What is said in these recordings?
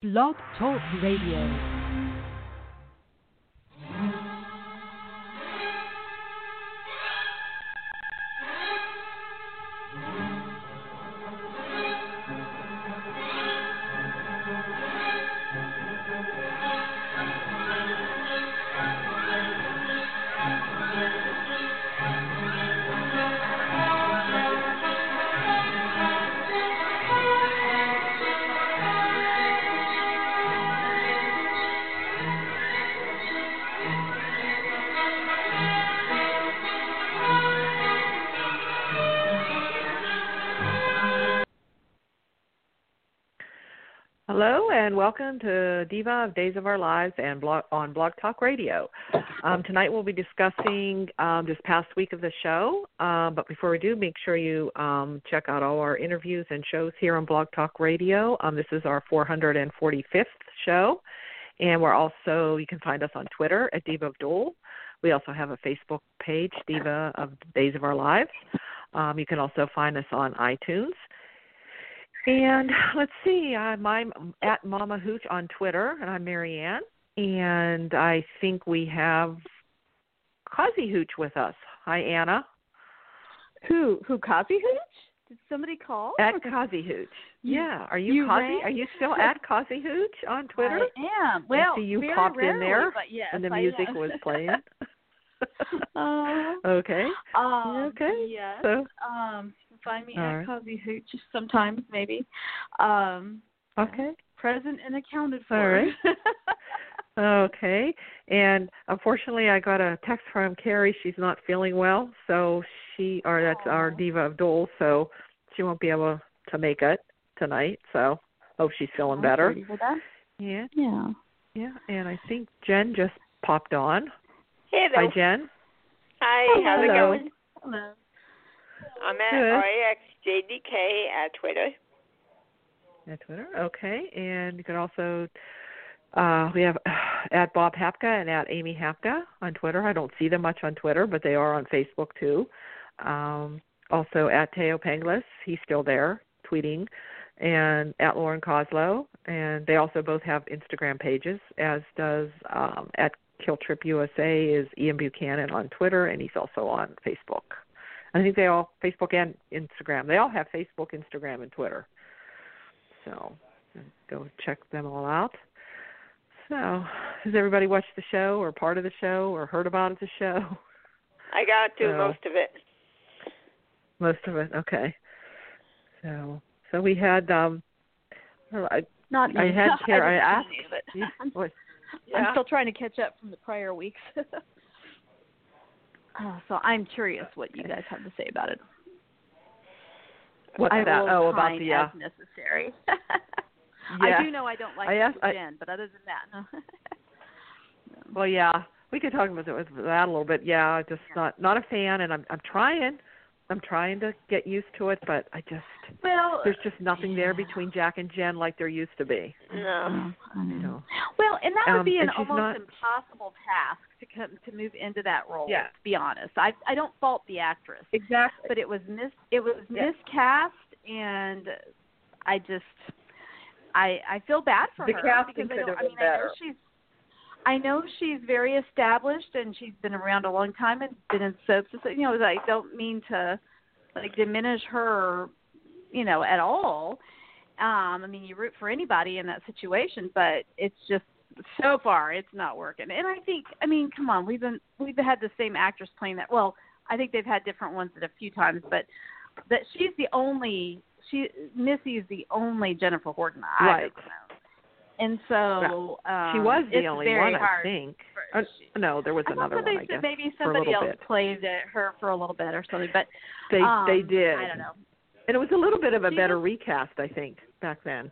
Blog Talk Radio. Hello and welcome to Diva of Days of Our Lives and blog, on Blog Talk Radio. Um, tonight we'll be discussing um, this past week of the show. Um, but before we do, make sure you um, check out all our interviews and shows here on Blog Talk Radio. Um, this is our 445th show, and we're also you can find us on Twitter at Diva of Dole. We also have a Facebook page, Diva of Days of Our Lives. Um, you can also find us on iTunes. And let's see, I'm, I'm at Mama Hooch on Twitter, and I'm Marianne. And I think we have Kazi Hooch with us. Hi, Anna. Who? Who? Kazi Hooch? Did somebody call? At Kazi Hooch. Oh, You- yeah. Are you, you Kazi? rang? Are you still at Kazi Hooch on Twitter? I am. Well, see you very popped in rarely, there, but yes, and the I music am. was playing. Oh. okay. Um, okay? Yes. So Um, you can find me All at right. Cosby Hooch sometimes, maybe. Um, okay. present and accounted for. All right. Okay. And unfortunately, I got a text from Carrie. She's not feeling well, so she, or that's our Aw. diva of Dole, so she won't be able to make it tonight. So hope she's feeling I'm better. sorry for that. Yeah, Yeah. yeah. And I think Jen just popped on. Hi, Hello. Jen. Hi, how's it Hello. going? Hello. I'm at Good. RAXJDK at Twitter. At Twitter. Okay. And you can also, uh, we have at Bob Hapka and at Amy Hapka on Twitter. I don't see them much on Twitter, but they are on Facebook too. Um, also at Teo Panglis. He's still there tweeting. And at Lauren Coslow. And they also both have Instagram pages, as does um, at Killtrip USA is Ian Buchanan on Twitter, and he's also on Facebook. I think they all Facebook and Instagram. They all have Facebook, Instagram, and Twitter. So go check them all out. So has everybody watched the show or part of the show or heard about the show? I got through Oh. most of it. Most of it, okay. So so we had um I, Not I you. had here I didn't asked see you, but I'm, what- I'm still trying to catch up from the prior weeks. Uh, so I'm curious what you guys have to say about it. what's I that? will Oh about opine the uh, as necessary. yeah. I do know I don't like I asked- I- Mr. Jen, but other than that, no. Well, yeah, we could talk about that, with that a little bit. Yeah, just not not a fan, and I'm I'm trying, I'm trying to get used to it, but I just Well, there's just nothing there yeah. between Jack and Jen like there used to be. No. Oh, I You know. know. uh, Well, and that Um, would be and an she's almost not- impossible task to come to move into that role. Yeah. To be honest, I I don't fault the actress, Exactly. but it was mis it was Yeah. miscast, and I just I I feel bad for The her casting because I could don't have I been mean better. I know she's I know she's very established and she's been around a long time and been in soaps. and So, you know, I don't mean to like diminish her, you know, at all. Um, I mean, you root for anybody in that situation, but it's just so far it's not working. And I think, I mean, come on, we've been we've had the same actress playing that. Well, I think they've had different ones at a few times, but that she's the only she Missy is the only Jennifer Horton I've Right. ever known. And so um, She was the it's only very one, I hard think. for- Uh, no, there was I thought another somebody one. I said guess maybe for a somebody little else bit. played at her for a little bit or something, but They um, they did. I don't know. And it was a little bit of a She better was- recast, I think, back then.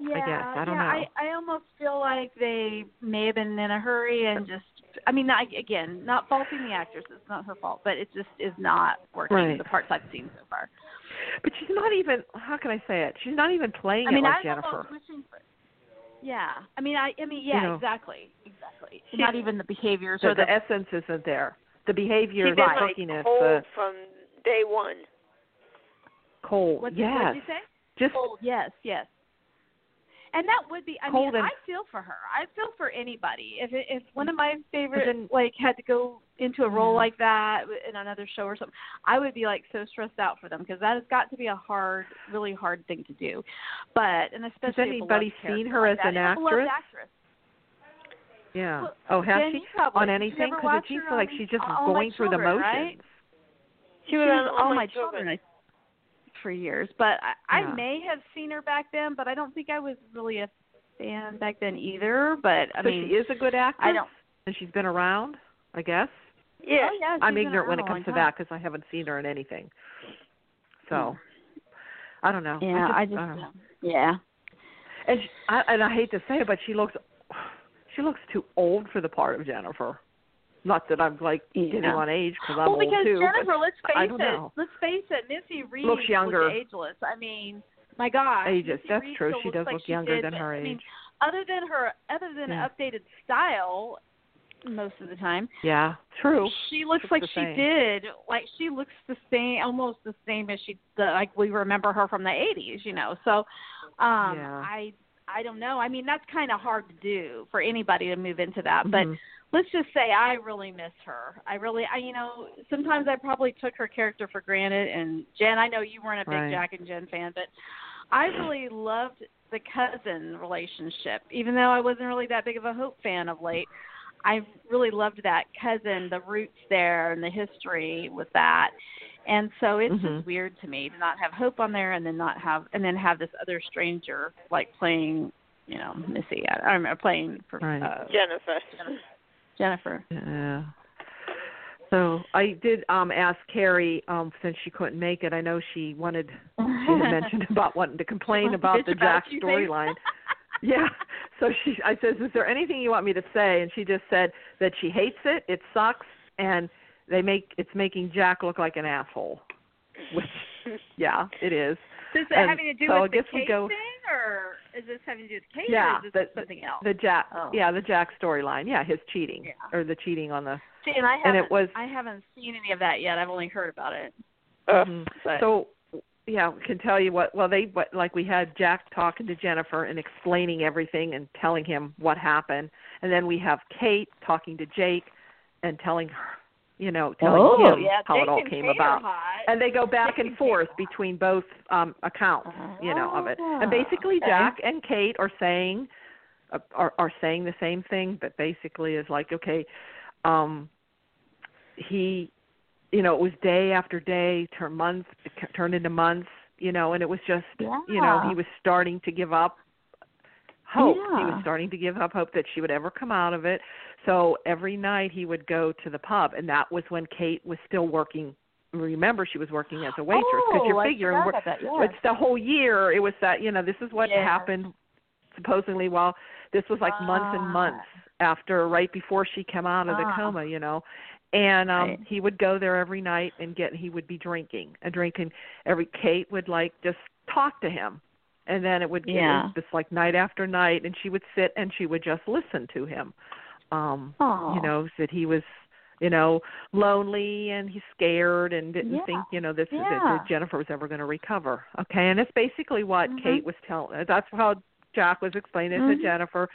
Yeah, guess. I don't yeah, know. I, I almost feel like they may have been in a hurry and just. I mean, I, again, not faulting the actress; it's not her fault, but it just is not working. Right. The parts I've seen so far. But she's not even how can I say it? She's not even playing I mean, it like I was Jennifer. almost wishing for. Yeah, I mean, I, I mean, yeah, know. exactly, exactly. She- not even the behaviors The, or the. the essence isn't there. The She behavior, did the Right. like quirkiness, cold the from day one. cold. what's, yes. what'd you say? Just Yes, yes. and that would be. I Cold mean, and- I feel for her. I feel for anybody. If it, if one of my favorite then- Mm-hmm. like had to go into a role like that in another show or something, I would be like so stressed out for them because that has got to be a hard, really hard thing to do. But and especially a beloved anybody seen character her like as that, an and a beloved actress? actress. Yeah. Well, oh, has Jen, she you probably- on did you anything? ever Because watch it seems her like on- Oh, she's just on All My going through the Children, motions. right? She was She on was all, on my my children. children I- for years, but I, Yeah. I may have seen her back then, but I don't think I was really a fan back then either. But I so mean, she is a good actress. I don't. And she's been around, I guess. Yeah. Oh, yeah, I'm she's been ignorant when it around a comes to long time. that because I haven't seen her in anything. So, I don't know. Hmm. Yeah, I I just, just, don't know. yeah. and she, I, and I hate to say it, but she looks she looks too old for the part of Jennifer. Not that I'm like getting Yeah. on age because I'm Well, because old too. but Jennifer, let's face I don't it, know. let's face it, Missy Reed Looks younger. ageless. I mean, my God, Ages, Missy that's Reed true. still She looks does like look she younger did, than but, her I mean, age. other than her, other than Yeah. updated style, most of the time, Yeah, true. she looks Looks like the she same. did. Like she looks the same, almost the same as she the, like we remember her from the '80s. You know, so um Yeah. I I don't know. I mean, that's kind of hard to do for anybody to move into that, but Mhm. let's just say I really miss her. I really, I you know, sometimes I probably took her character for granted. And Jen, I know you weren't a big Right. Jack and Jen fan, but I really loved the cousin relationship, even though I wasn't really that big of a Hope fan of late. I really loved that cousin, the roots there, and the history with that. And so it's Mhm. just weird to me to not have Hope on there, and then not have, and then have this other stranger like playing, you know, Missy. I, I'm playing for Right. uh, Jennifer. Jennifer. Yeah. So I did um ask Carrie, um, since she couldn't make it, I know she wanted she had mentioned about wanting to complain about the Jack storyline. Yeah. So she I says, Is there anything you want me to say? And she just said that she hates it, it sucks, and they make it's making Jack look like an asshole. Which yeah, it is. Does it And having to do so with I guess the we case go- thing, or is this having to do with the case, Yeah, or is the- this something else? The Jack Oh. yeah, the Jack storyline. Yeah, his cheating. Yeah. Or the cheating on the See, and I haven't, and it was I haven't seen any of that yet. I've only heard about it. Uh, Mhm. But So yeah, we can tell you what. Well, they what, like we had Jack talking to Jennifer and explaining everything and telling him what happened, and then we have Kate talking to Jake and telling her, you know, telling him Oh, yeah, how Jake it all and came Kate are about. hot. And they go back Jake and Kate forth are hot. between both um accounts, you know, of it. And basically, Ah. Okay. Jack and Kate are saying uh, are are saying the same thing, but basically is like, okay, um, he, you know, it was day after day, turn month turned into months, you know, and it was just, you know, Yeah. he was starting to give up hope. He was Yeah. starting to give up hope that she would ever come out of it. So every night he would go to the pub, and that was when Kate was still working. Remember, she was working as a waitress because Oh, you're I figuring forgot we're- about that, yeah. it's the whole year. It was that you know this is what Yeah. happened supposedly while this was like months and Ah. months after right before she came out of the Ah. coma, you know. And um Right. he would go there every night and get he would be drinking and drinking every Kate would like just talk to him. And then it would it was Yeah. just like night after night and she would sit and she would just listen to him. Um Aw. you know, that he was you know, lonely and he's scared and didn't Yeah. think, you know, this is it, Yeah. that Jennifer was ever going to recover. Okay, and it's basically what Mhm. Kate was telling. That's how Jack was explaining it Mhm. to Jennifer.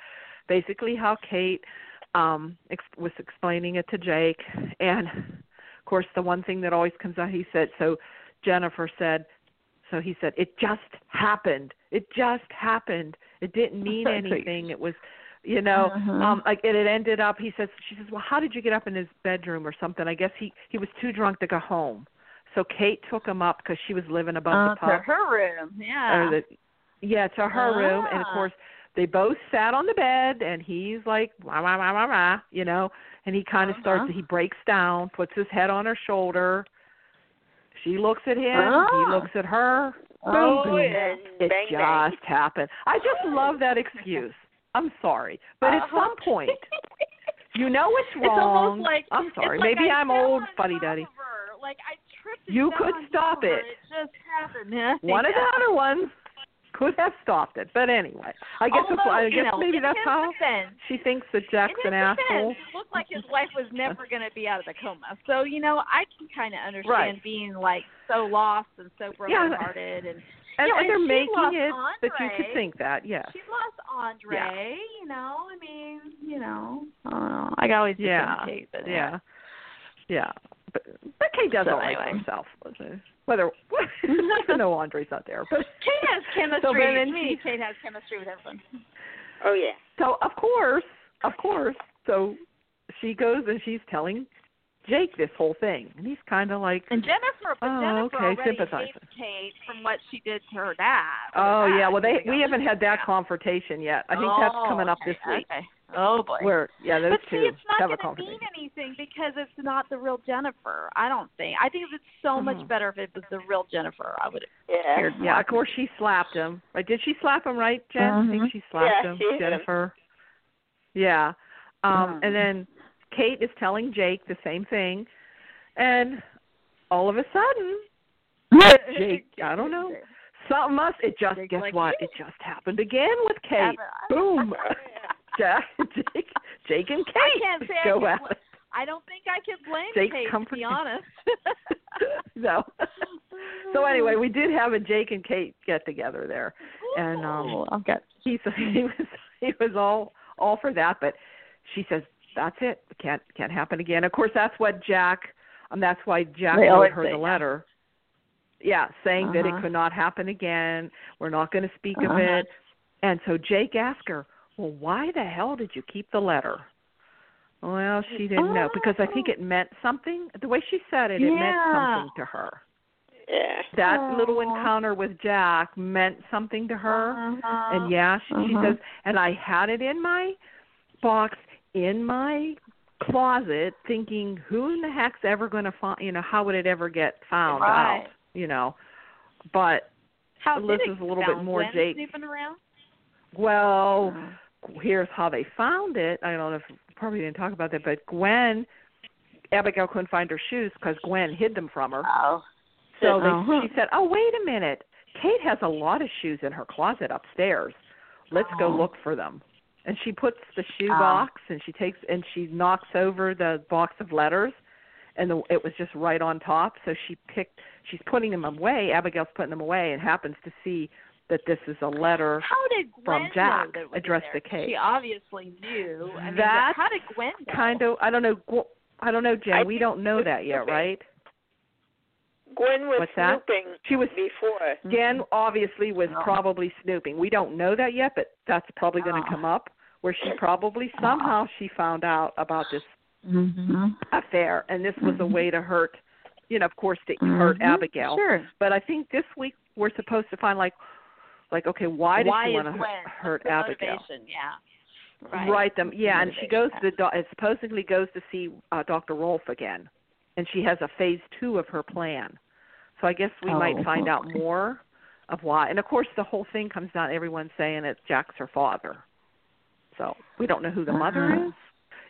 Basically, how Kate um ex- was explaining it to Jake, and of course, the one thing that always comes out, he said. So Jennifer said. So he said, "It just happened. It just happened. It didn't mean That's like- anything. It was." You know, Mhm. um, like and it ended up. He says, she says, well, how did you get up in his bedroom or something? I guess he he was too drunk to go home, so Kate took him up because she was living above uh, the pub to her room, yeah. or the yeah to her room and of Ah. course they both sat on the bed and he's like wah wah wah wah wah you know and he kind of Uh-huh. starts he breaks down puts his head on her shoulder she looks at him Ah. he looks at her boom Oh, boom yeah. it Bang, just bang. happened i just love that excuse i'm sorry but at Uh-huh. some point you know it's It's wrong almost like i'm it's sorry like maybe I am fell old on top fuddy duddy of her. Like I tripped. and You fell could on stop top of her. it. It just happened. Yeah. one of the other ones could have stopped it. But anyway, I guess that's Although, why, I you guess know, maybe in that's his how defense, she thinks that Jack's in an his defense, asshole. It looked like his wife was never going to be out of the coma. So you know, I can kind of understand Right. being like so lost and so brokenhearted and And, Yeah, and they're and she making loves it that you could Andre. think that, yes. She lost Andre, you know. I mean, you know. I don't know. I always Yeah. differentiate, but Yeah. Yeah. But, but Kate doesn't So like anyway. herself. Whether even though Andre's not there. But Kate has chemistry. So, but then with me, she- Kate has chemistry with everyone. Oh yeah. so of course, of course, so she goes and she's telling Jake this whole thing. And he's kinda like And Jennifer, but Oh, Jennifer okay, already sympathizer. hates Kate from what she did to her dad. Oh Her yeah, dad well they years ago. we haven't had that Yeah. confrontation yet. I think that's Oh, coming up okay, this week. Okay. Oh boy. Where yeah, those but two see, it's have not a going to mean confrontation. anything because it's not the real Jennifer. I don't think. I think it's so Mhm. much better if it was the real Jennifer. I would Yeah. Weird. Yeah, of course she slapped him. Right? Did she slap him? Right, Jen? I Mhm. think she slapped Yeah, him. she hit him. Jennifer. Yeah. Mhm. Um, And then Kate is telling Jake the same thing, and all of a sudden, Jake, I don't know, something must. It just Jake's guess like, what? "Hey." It just happened again with Yeah, Kate. but I- Boom. Yeah. Jake, Jake and Kate I can't say I go can at bl- I don't think I could blame Jake's Kate to comforting. be honest. it. no. So anyway, we did have a Jake and Kate get together there. and, um, Ooh, I've got he so he was he was all all for that but she says that's it It can't can't happen again of course that's what jack um that's why jack They wrote always her say the that. letter yeah saying that Uh-huh. it could not happen again we're not going to speak of Uh-huh. it and so jake asked her well why the hell did you keep the letter well she didn't know because i think it meant something the way she said it it meant Oh. Yeah. something to her Yeah. that little Aw. encounter with jack meant something to her Uh-huh. and yeah, she, she Uh-huh. says, and I had it in my box, in my closet, thinking, who in the heck's ever going to find, you know, how would it ever get found Right. out, you know? But, How This did it is a little sound bit more when Jake. snooping around? well, Uh-huh. here's how they found it. I don't know if probably didn't talk about that, but Gwen, Abigail couldn't find her shoes because Gwen hid them from her. Oh. So they, Uh-huh. she said, "Oh, wait a minute. Kate has a lot of shoes in her closet upstairs. Let's go Oh. look for them." And she puts the shoe Oh. box and she takes and she knocks over the box of letters and the, it was just right on top, so she picked she's putting them away. Abigail's putting them away and happens to see that this is a letter. How did Gwen From Jack, know that it was addressed there? to Kate. She obviously knew. I mean, but That's how did Gwen know? Kind of I don't know Gw- I don't know, Jen. I we think don't know it's that yet, stupid. right? Gwen was What's that? snooping She was before. Mm-hmm. Jen obviously was No. probably snooping. We don't know that yet, but that's probably going to Ah. come up where she probably somehow she found out about this Mm-hmm. affair, and this was a Mhm. way to hurt, you know, of course, to hurt Abigail. Mm-hmm. Sure. But I think this week we're supposed to find like, like okay, why does she is want to Gwen? What's hurt the Abigail? motivation? Yeah. Right. Right them. Yeah, and she goes Motivation. to the do- supposedly goes to see uh, Dr. Rolfe again, and she has a phase two of her plan. So I guess we might Oh, find out okay. more of why. And of course, the whole thing comes down to everyone saying it's Jack's her father. So we don't know who the Uh-huh. mother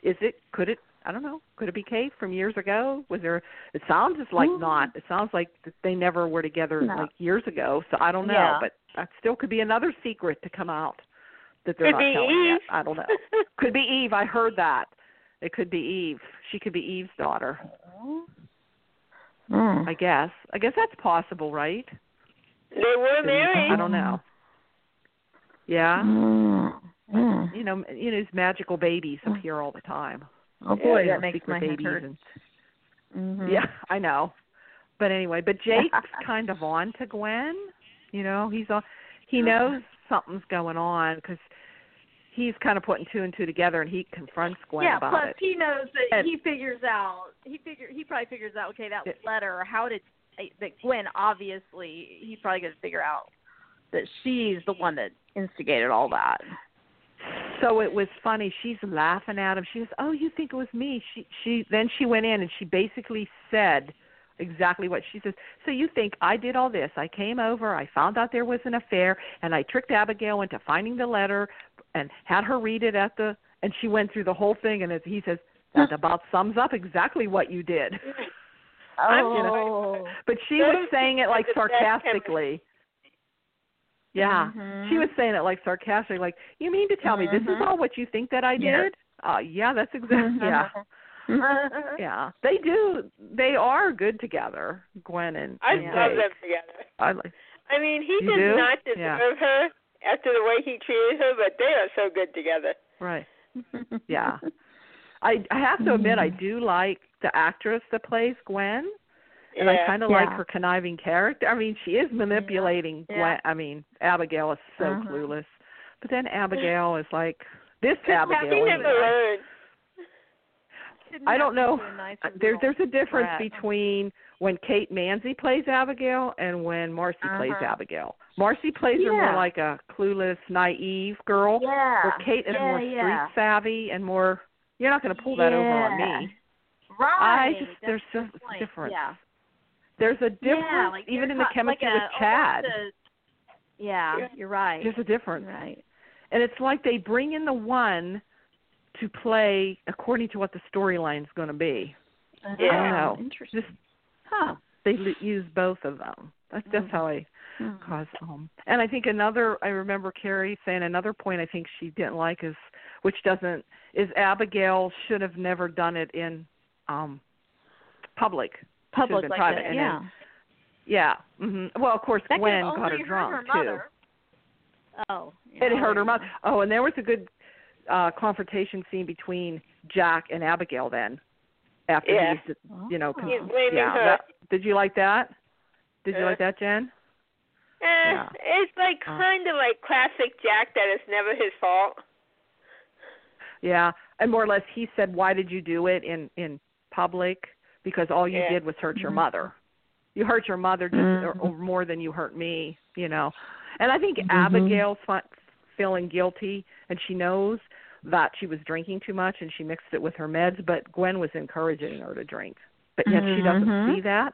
is. Is it? Could it? I don't know. Could it be Kate from years ago? Was there? It sounds just like Mm. not. It sounds like th- they never were together No. like years ago. So I don't know. Yeah. But that still could be another secret to come out that they're Could not be telling yet. Eve. I don't know. Could be Eve. I heard that. It could be Eve. She could be Eve's daughter. Mm. I guess. I guess that's possible, right? they were married. I don't know. Yeah. Mm. Mm. You know, you know, these magical babies appear all the time. Oh boy, You know, that secret babies and- Mm-hmm. Mhm. Yeah, I know. But anyway, but Jake's kind of on to Gwen. You know, he's on. He knows something's going on because he's kind of putting two and two together, and he confronts Gwen yeah. about Plus, it. he knows that And- he figures out. He figure. He probably figures out. Okay, that Yeah. letter. How did eh, that Gwen? Obviously, he probably going to figure out that she's the one that instigated all that. So it was funny. She's laughing at him. She goes, "Oh, you think it was me?" She she then she went in and she basically said exactly what she says. So you think I did all this? I came over, I found out there was an affair, and I tricked Abigail into finding the letter and had her read it at the and she went through the whole thing and it, he says that about sums up exactly what you did. Oh. But she was saying it like sarcastically. Yeah. Mm-hmm. She was saying it like sarcastically, like, "You mean to tell me this is Mhm. all what you think that I Yeah. did?" Uh, yeah, that's exactly. Mm-hmm. Yeah, Uh-huh. yeah. They do. They are good together, Gwen and. I and love Jake. them together. I like. I mean, he You did do? not deserve Yeah. her after the way he treated her, but they are so good together. Right. Yeah. I I have to admit I Mm-hmm. Mhm. do like the actress that plays Gwen, and yeah. I kind of like Yeah. her conniving character. I mean, she is manipulating Yeah. Gwen. I mean, Abigail is so Uh-huh. clueless, but then Abigail is like this he Abigail. never anyway. learned. I don't know. There, there's a difference brat. between when Kate Manzi plays Abigail and when Marcy plays Uh-huh. Abigail. Marcy plays her more Yeah. like a clueless, naive girl, yeah. where Kate is yeah, more yeah. street savvy and more. You're not going to pull that over on Yeah. me. Right. I just That's there's just the point. difference. Yeah. There's a difference yeah, like even they're in the co- chemistry like a, with Chad. almost a- yeah, Yeah. you're right. There's a difference. Right. And it's like they bring in the one to play according to what the storyline's going to be. Yeah. I Oh, don't know. Interesting. Just Huh. they l- use both of them. That's just Mm-hmm. how I Hmm. cause um and I think another I remember Carrie saying another point I think she didn't like is which doesn't is Abigail should have never done it in um public. Public been like private, that. and Yeah. Yeah. hmm Well, of course That could Gwen have got her only hurt drunk her too. mother. Oh. yeah. It hurt her much. Oh, and there was a good uh confrontation scene between Jack and Abigail then. After Yeah. he's you know, Oh. con- He's blaming yeah. her. Uh, that- did you like that? Did you Yeah. like that, Jen? Eh, Yeah. It's like Uh. kind of like classic Jack that it's never his fault. Yeah, and more or less he said, "Why did you do it in in public? Because all you Yeah. did was hurt your Mhm. mother. You hurt your mother just, or, or more than you hurt me, you know." And I think Mhm. Abigail's fi- feeling guilty, and she knows that she was drinking too much, and she mixed it with her meds. But Gwen was encouraging her to drink, but yet she doesn't Mhm. see that.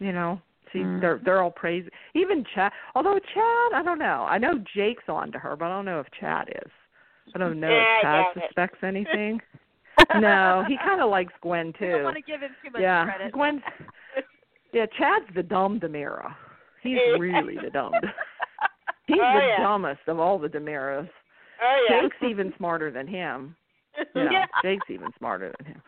You know, she Mhm. they're they're all praising. Even Chad, although Chad, I don't know. I know Jake's on to her, but I don't know if Chad is. I don't know Yeah, I if Chad doubt it. suspects anything. no, he kind of likes Gwen You don't too. want to give him too much Yeah, credit. Gwen's. Yeah, Chad's the dumb Demira. He's Yeah. really the dumb. He's Oh, the yeah. dumbest of all the Demiras. Oh yeah. Jake's even smarter than him. You know, Yeah. Jake's even smarter than him.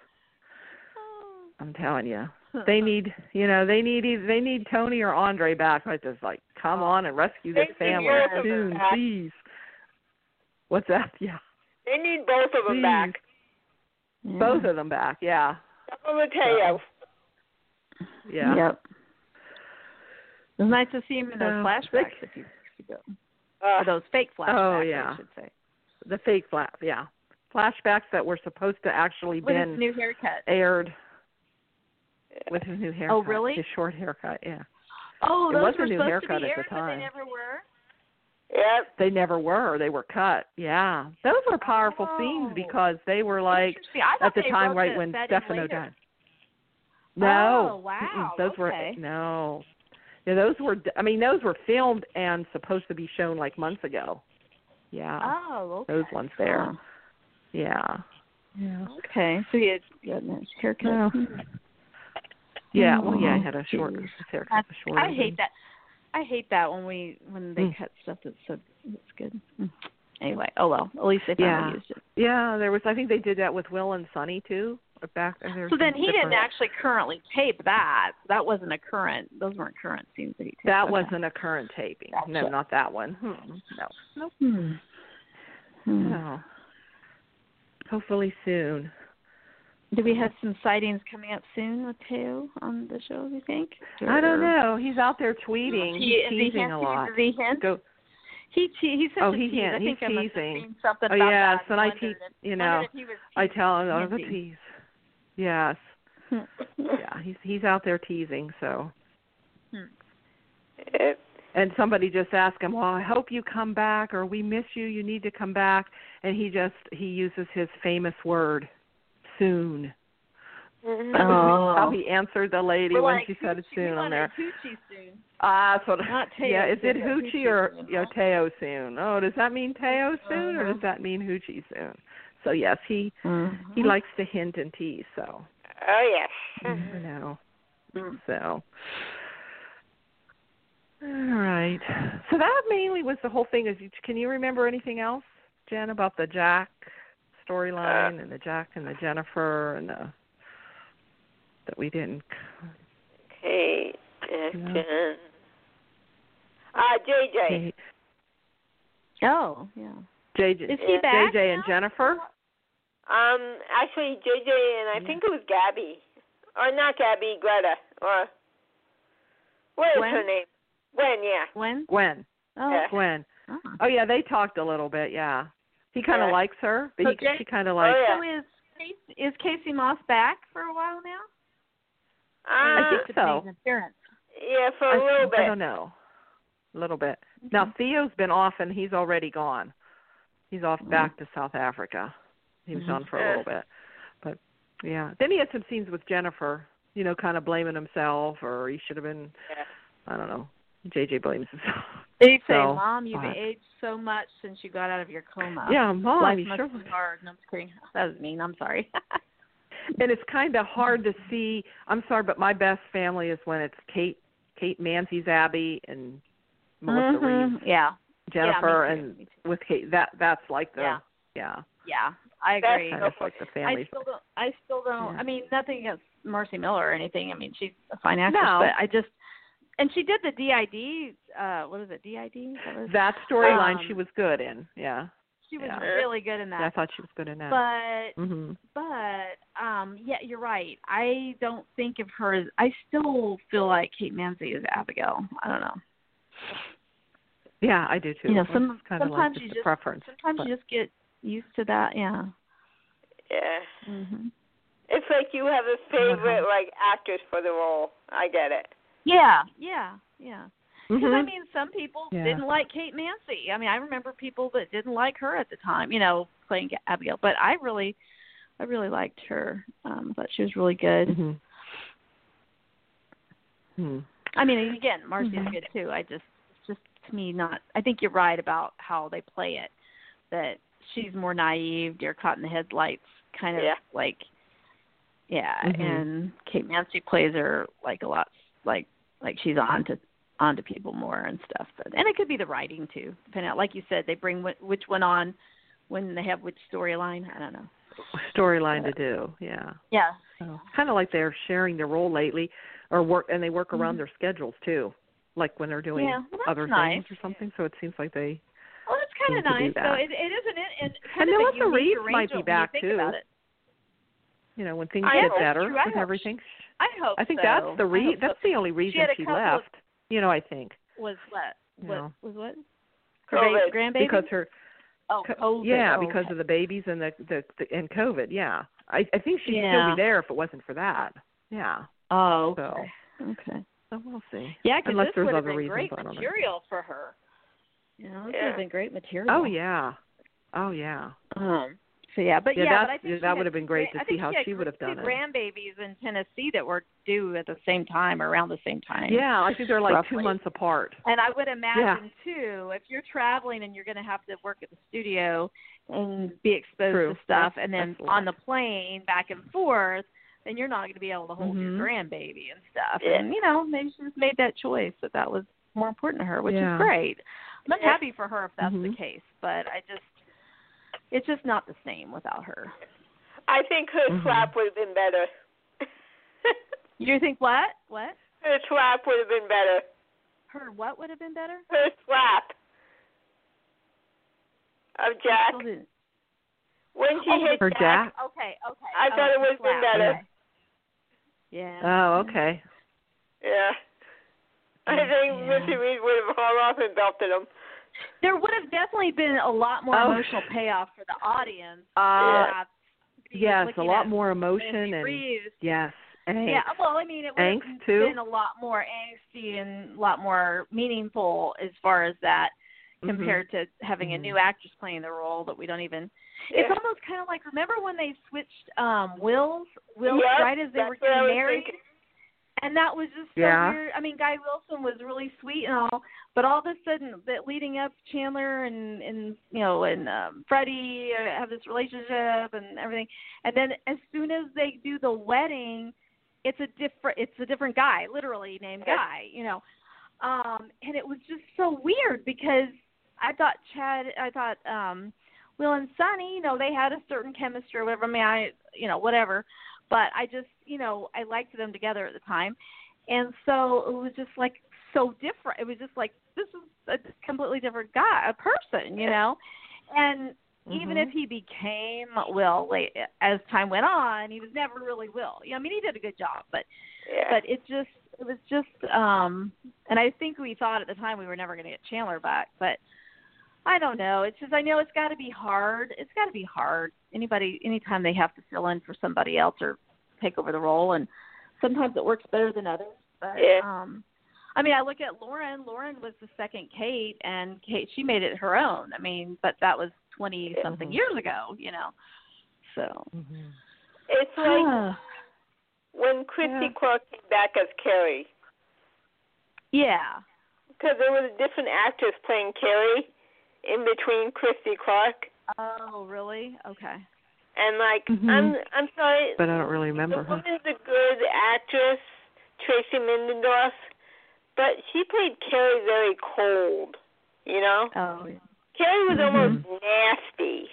Oh. I'm telling you, they need you know they need either, they need Tony or Andre back. I just like come on and rescue this They need family both of them soon, back. please. What's that? Yeah, They need both of them back. Yeah. both of them back. Yeah, Double Mateo. yeah. Yep. It was nice to see him in those So, flashbacks a few weeks ago. Uh, Or those fake flashbacks, Oh, yeah. I should say. The fake flash, yeah, flashbacks that were supposed to actually With been his new haircut. aired with his new haircut. Oh, really? His short haircut. Yeah, Oh, It those was a were new supposed haircut to be at the aired, but time. they never were. yep. they never were. They were cut. Yeah, those were powerful scenes Oh. because they were like Interesting. I thought at the they time wrote right the- when that in Stefano later. died. No. Oh, wow, Mm-mm. Those okay. were no. Yeah, those were. I mean, those were filmed and supposed to be shown like months ago. Yeah, Oh, okay. those ones there. Yeah. Yeah. Huh. Oh, Okay. So he had, he had a nice haircut. Mm-hmm. No. Oh, Yeah. Well, yeah. I Oh, had a short geez. haircut. a short I hate that. I hate that when we when they Mm. cut stuff that's so that's good. Mm. Anyway, oh well. At least they finally Yeah. used it. Yeah, there was. I think they did that with Will and Sonny too. uh, Back there. So then he didn't actually currently tape that. That wasn't a current. Those weren't current scenes that he taped. That Okay. wasn't a current taping. No, Gotcha. not that one. Hmm. No. Nope. Hmm. Hmm. No. Hopefully soon. Do we have some sightings coming up soon with Teo on the show? Do you think? I don't Or- know. He's out there tweeting. He, He's is he teasing hint- a lot. Is he hint? Go. He te- he's such Oh, a he tease. I hint. He's think I must have teasing. seen something Oh about yes, that. and I wondered tease. if- You wondered know, if he was I tell him oh, the hinting. tease. Yes. yeah. Yeah. He's he's out there teasing. So. Hmm. Yep. and somebody just asked him, "Well, I hope you come back, or we miss you. You need to come back." And he just he uses his famous word, "soon." How he answered the lady Oh. We're when like, she said it "Hoochie, we soon on want a there. Hoochie soon. Ah, that's what. Not Teo yeah, is it soon, but Hoochie Hoochie or soon, you know, huh? Teo soon? Oh, does that mean Teo soon, or Uh-huh. does that mean Hoochie soon? So yes, he Mm-hmm. he Uh-huh. Mm-hmm. likes to hint and tease. So Oh yes. Uh-huh. you know. Mm. So. All right. So that mainly was the whole thing. Is you, can you remember anything else, Jen, about the Jack storyline and the Jack and the Jennifer and the that we didn't? Okay. No. Jackson. Uh, JJ. J- Oh, yeah. JJ, Is he back? JJ and now? Jennifer. Um, actually, JJ and I think it was Gabby, or not Gabby, Greta, or what is Gwen? her name? Gwen, yeah. When? Gwen. Oh. Yeah. Gwen. oh. Oh yeah, they talked a little bit. Yeah, he kind of Yeah. likes her, but So he, Jen- she kind of likes. Oh, yeah. So is Casey, is Casey Moss back for a while now? Or Uh, is I think it just so. made an appearance? yeah, for a I- little I bit. don't know. A little bit. Now Mm-hmm. Theo's been off, and he's already gone. He's off Mm-hmm. back to South Africa. He was Mhm. gone for a little bit, but yeah. Then he had some scenes with Jennifer. You know, kind of blaming himself, or he should have been. Yeah. I don't know. JJ blames himself. They say, So, Mom, you've but- aged so much since you got out of your coma. yeah, mom. Oh, Life you must sure be hard. No, I'm just kidding. That was mean. I'm sorry. and it's kind of hard to see. I'm sorry, but my best family is when it's Kate, Kate Manzies, Abby, and Melissa Mhm. Reeves, Yeah. Jennifer, yeah, me too, and me too. with Kate. That that's like the Yeah. yeah, yeah, I That's agree. kind of like the I family. still don't. I still don't. Yeah. I mean, nothing against Mercy Miller or anything. I mean, she's a fine actress, No. but I just and she did the DID. Uh, what is it? DID. Is that what it is? That storyline Um, she was good in. Yeah, she was yeah. really good in Yeah, I that. thought she was good in that. But hmm but um, yeah, you're right. I don't think of her as. I still feel like Kate Manzi is Abigail. I don't know. Yeah, I do too. You know, It's some kinda like sometimes just you a just preference. sometimes but- you just get used to that. Yeah. Yeah. Mm-hmm. hmm It's like you have Uh-huh. a favorite, like, actress for the role. I get it. Yeah. Yeah. Yeah. Because I Mhm. mean, some people Yeah. didn't like Kate Mancy. I mean, I remember people that didn't like her at the time, you know, playing Abigail. But I really, I really liked her. Um, I thought she was really good. Mhm. Hmm. I mean, again, Marcy's Mhm. good too. I just, it's just to me, not. I think you're right about how they play it. That she's more naive, deer caught in the headlights, kind of Yeah. like, yeah. Mhm. And Kate Mancy plays her like a lot, like like she's on to onto people more and stuff. But and it could be the writing too, depending. On, like you said, they bring wh- which one on when they have which storyline. I don't know. Storyline to do. Yeah. Yeah. So kind of like they're sharing their role lately, or work, and they work around their schedules too, like when they're doing Mm-hmm. Yeah, well, that's other nice. things or something. So it seems like they. Well, that's kind Need of to do nice. So that. it, it isn't it, and And kind of Melissa a unique Reeves might be arrangement back, when you too. think about it. You know, when things I get hope- better true, I with hope everything. I hope. I think so. that's the I re- hope that's so. the only reason had a she couple of- left. you know, I think was what No. was was what her COVID. ba- grandbaby because her oh co- COVID. yeah Oh, because okay. of the babies and the, the the and COVID. Yeah, I I think she'd Yeah. still be there if it wasn't for that. Yeah. oh So. okay. okay So we'll see. yeah because Unless this there's would have other been reasons, great I don't know. material for her you know this would Yeah. have been great material Oh yeah. Oh yeah. um so yeah but Yeah, yeah, that's- but I think yeah, she that had would have been gran- great to I see think how she, had she would have two done it. grandbabies in Tennessee that were due at the same time around the same time Yeah, I think they're like two Roughly. months apart. And I would imagine too, if you're traveling and you're going to have to work at the studio and be exposed True. to stuff, That's- and then that's a lot. on the plane back and forth, then you're not going to be able to hold Mhm. your grandbaby and stuff. Yeah. And you know, maybe she just made that choice that that was more important to her, which Yeah. is great. I'm Yeah. happy for her if that's Mhm. the case, but I just it's just not the same without her. I think her Mhm. swap would have been better. You think what? What? her swap would have been better. Her what would have been better? Her swap of Jack. Still didn't- When she Oh, hit Her Jack. Jack? Okay, okay. I thought Oh, it would've been wow, better. okay. Yeah. Oh, okay. Yeah. I think Mm, Yeah. Missy Reed would have hauled off and belted him. There would have definitely been a lot more Oh. emotional payoff for the audience. Uh, Uh, be yes, a looking lot at more emotion Nancy and Reeves. yes, and Yeah, well, I mean, it would Angst, have too? been a lot more angsty and a lot more meaningful as far as that Mm-hmm. compared to having a Mhm. new actress playing the role that we don't even. Yeah. It's almost kind of like remember when they switched um Wills, Wills Yes, right as they that's were what I getting was married, thinking. and that was just so Yeah. weird. I mean, Guy Wilson was really sweet and all, but all of a sudden, that leading up, Chandler and and you know and um, Freddie uh, have this relationship and everything, and then as soon as they do the wedding, it's a different it's a different guy, literally named Yes. Guy, you know, um, and it was just so weird because I thought Chad, I thought um, Will and Sonny, you know, they had a certain chemistry or whatever. I mean, I you know whatever, but I just you know I liked them together at the time, and so it was just like so different. It was just like this is a completely different guy, a person, you know. And even Mm-hmm. if he became Will late, as time went on, he was never really Will. Yeah, I mean, he did a good job, but Yeah. but it just it was just um and I think we thought at the time we were never going to get Chandler back, but I don't know. It's just I know it's got to be hard. It's got to be hard. Anybody anytime they have to fill in for somebody else or take over the role and sometimes it works better than others, but Yeah. um I mean, I look at Lauren. Lauren was the second Kate, and Kate she made it her own. I mean, but that was twenty something Mhm. years ago, you know. So, Mm-hmm. Mhm. it's like when Christy Yeah. Clark came back as Carrie, yeah, because there was a different actress playing Carrie in between Christy Clark Oh, really? Okay. and like Mhm. I'm I'm sorry, Mm-hmm. but I don't really remember. the Huh? woman's a good actress, Tracy Mindendorf, but she played Carrie very cold. You know, Oh. Carrie was Mhm. Mm-hmm. almost nasty.